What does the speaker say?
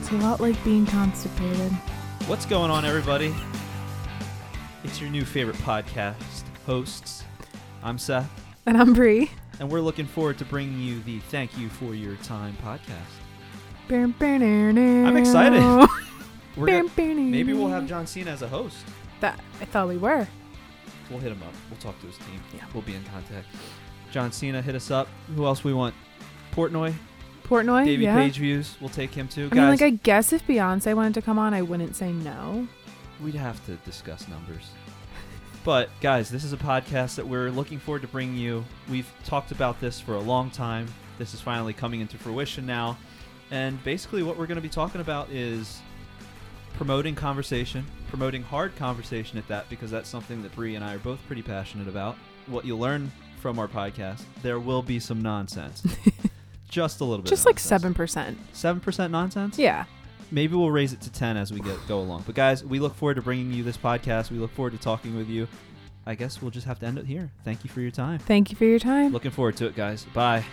It's a lot like being constipated. What's going on, everybody? It's your new favorite podcast hosts. I'm Seth, And I'm Bree. and we're looking forward to bringing you the Thank You for Your Time podcast. I'm excited. We're gonna- maybe we'll have John Cena as a host. That I thought we were. We'll hit him up. We'll talk to his team. Yeah. We'll be in contact. John Cena, hit us up. Who else we want? Portnoy, Portnoy. Davey Oh, yeah. Page views. We'll take him too, I mean, guys. like, I guess if Beyonce wanted to come on, I wouldn't say no. We'd have to discuss numbers. But guys, this is a podcast that we're looking forward to bringing you. We've talked about this for a long time. This is finally coming into fruition now. And basically what we're going to be talking about is promoting conversation, promoting hard conversation at that because that's something that Bree and I are both pretty passionate about. What you learn from our podcast, there will be some nonsense. Just a little bit. Just like seven percent. 7 7% nonsense? Yeah. maybe we'll raise it to 10 as we get go along but guys we look forward to bringing you this podcast we look forward to talking with you i guess we'll just have to end it here thank you for your time Thank you for your time. looking forward to it guys bye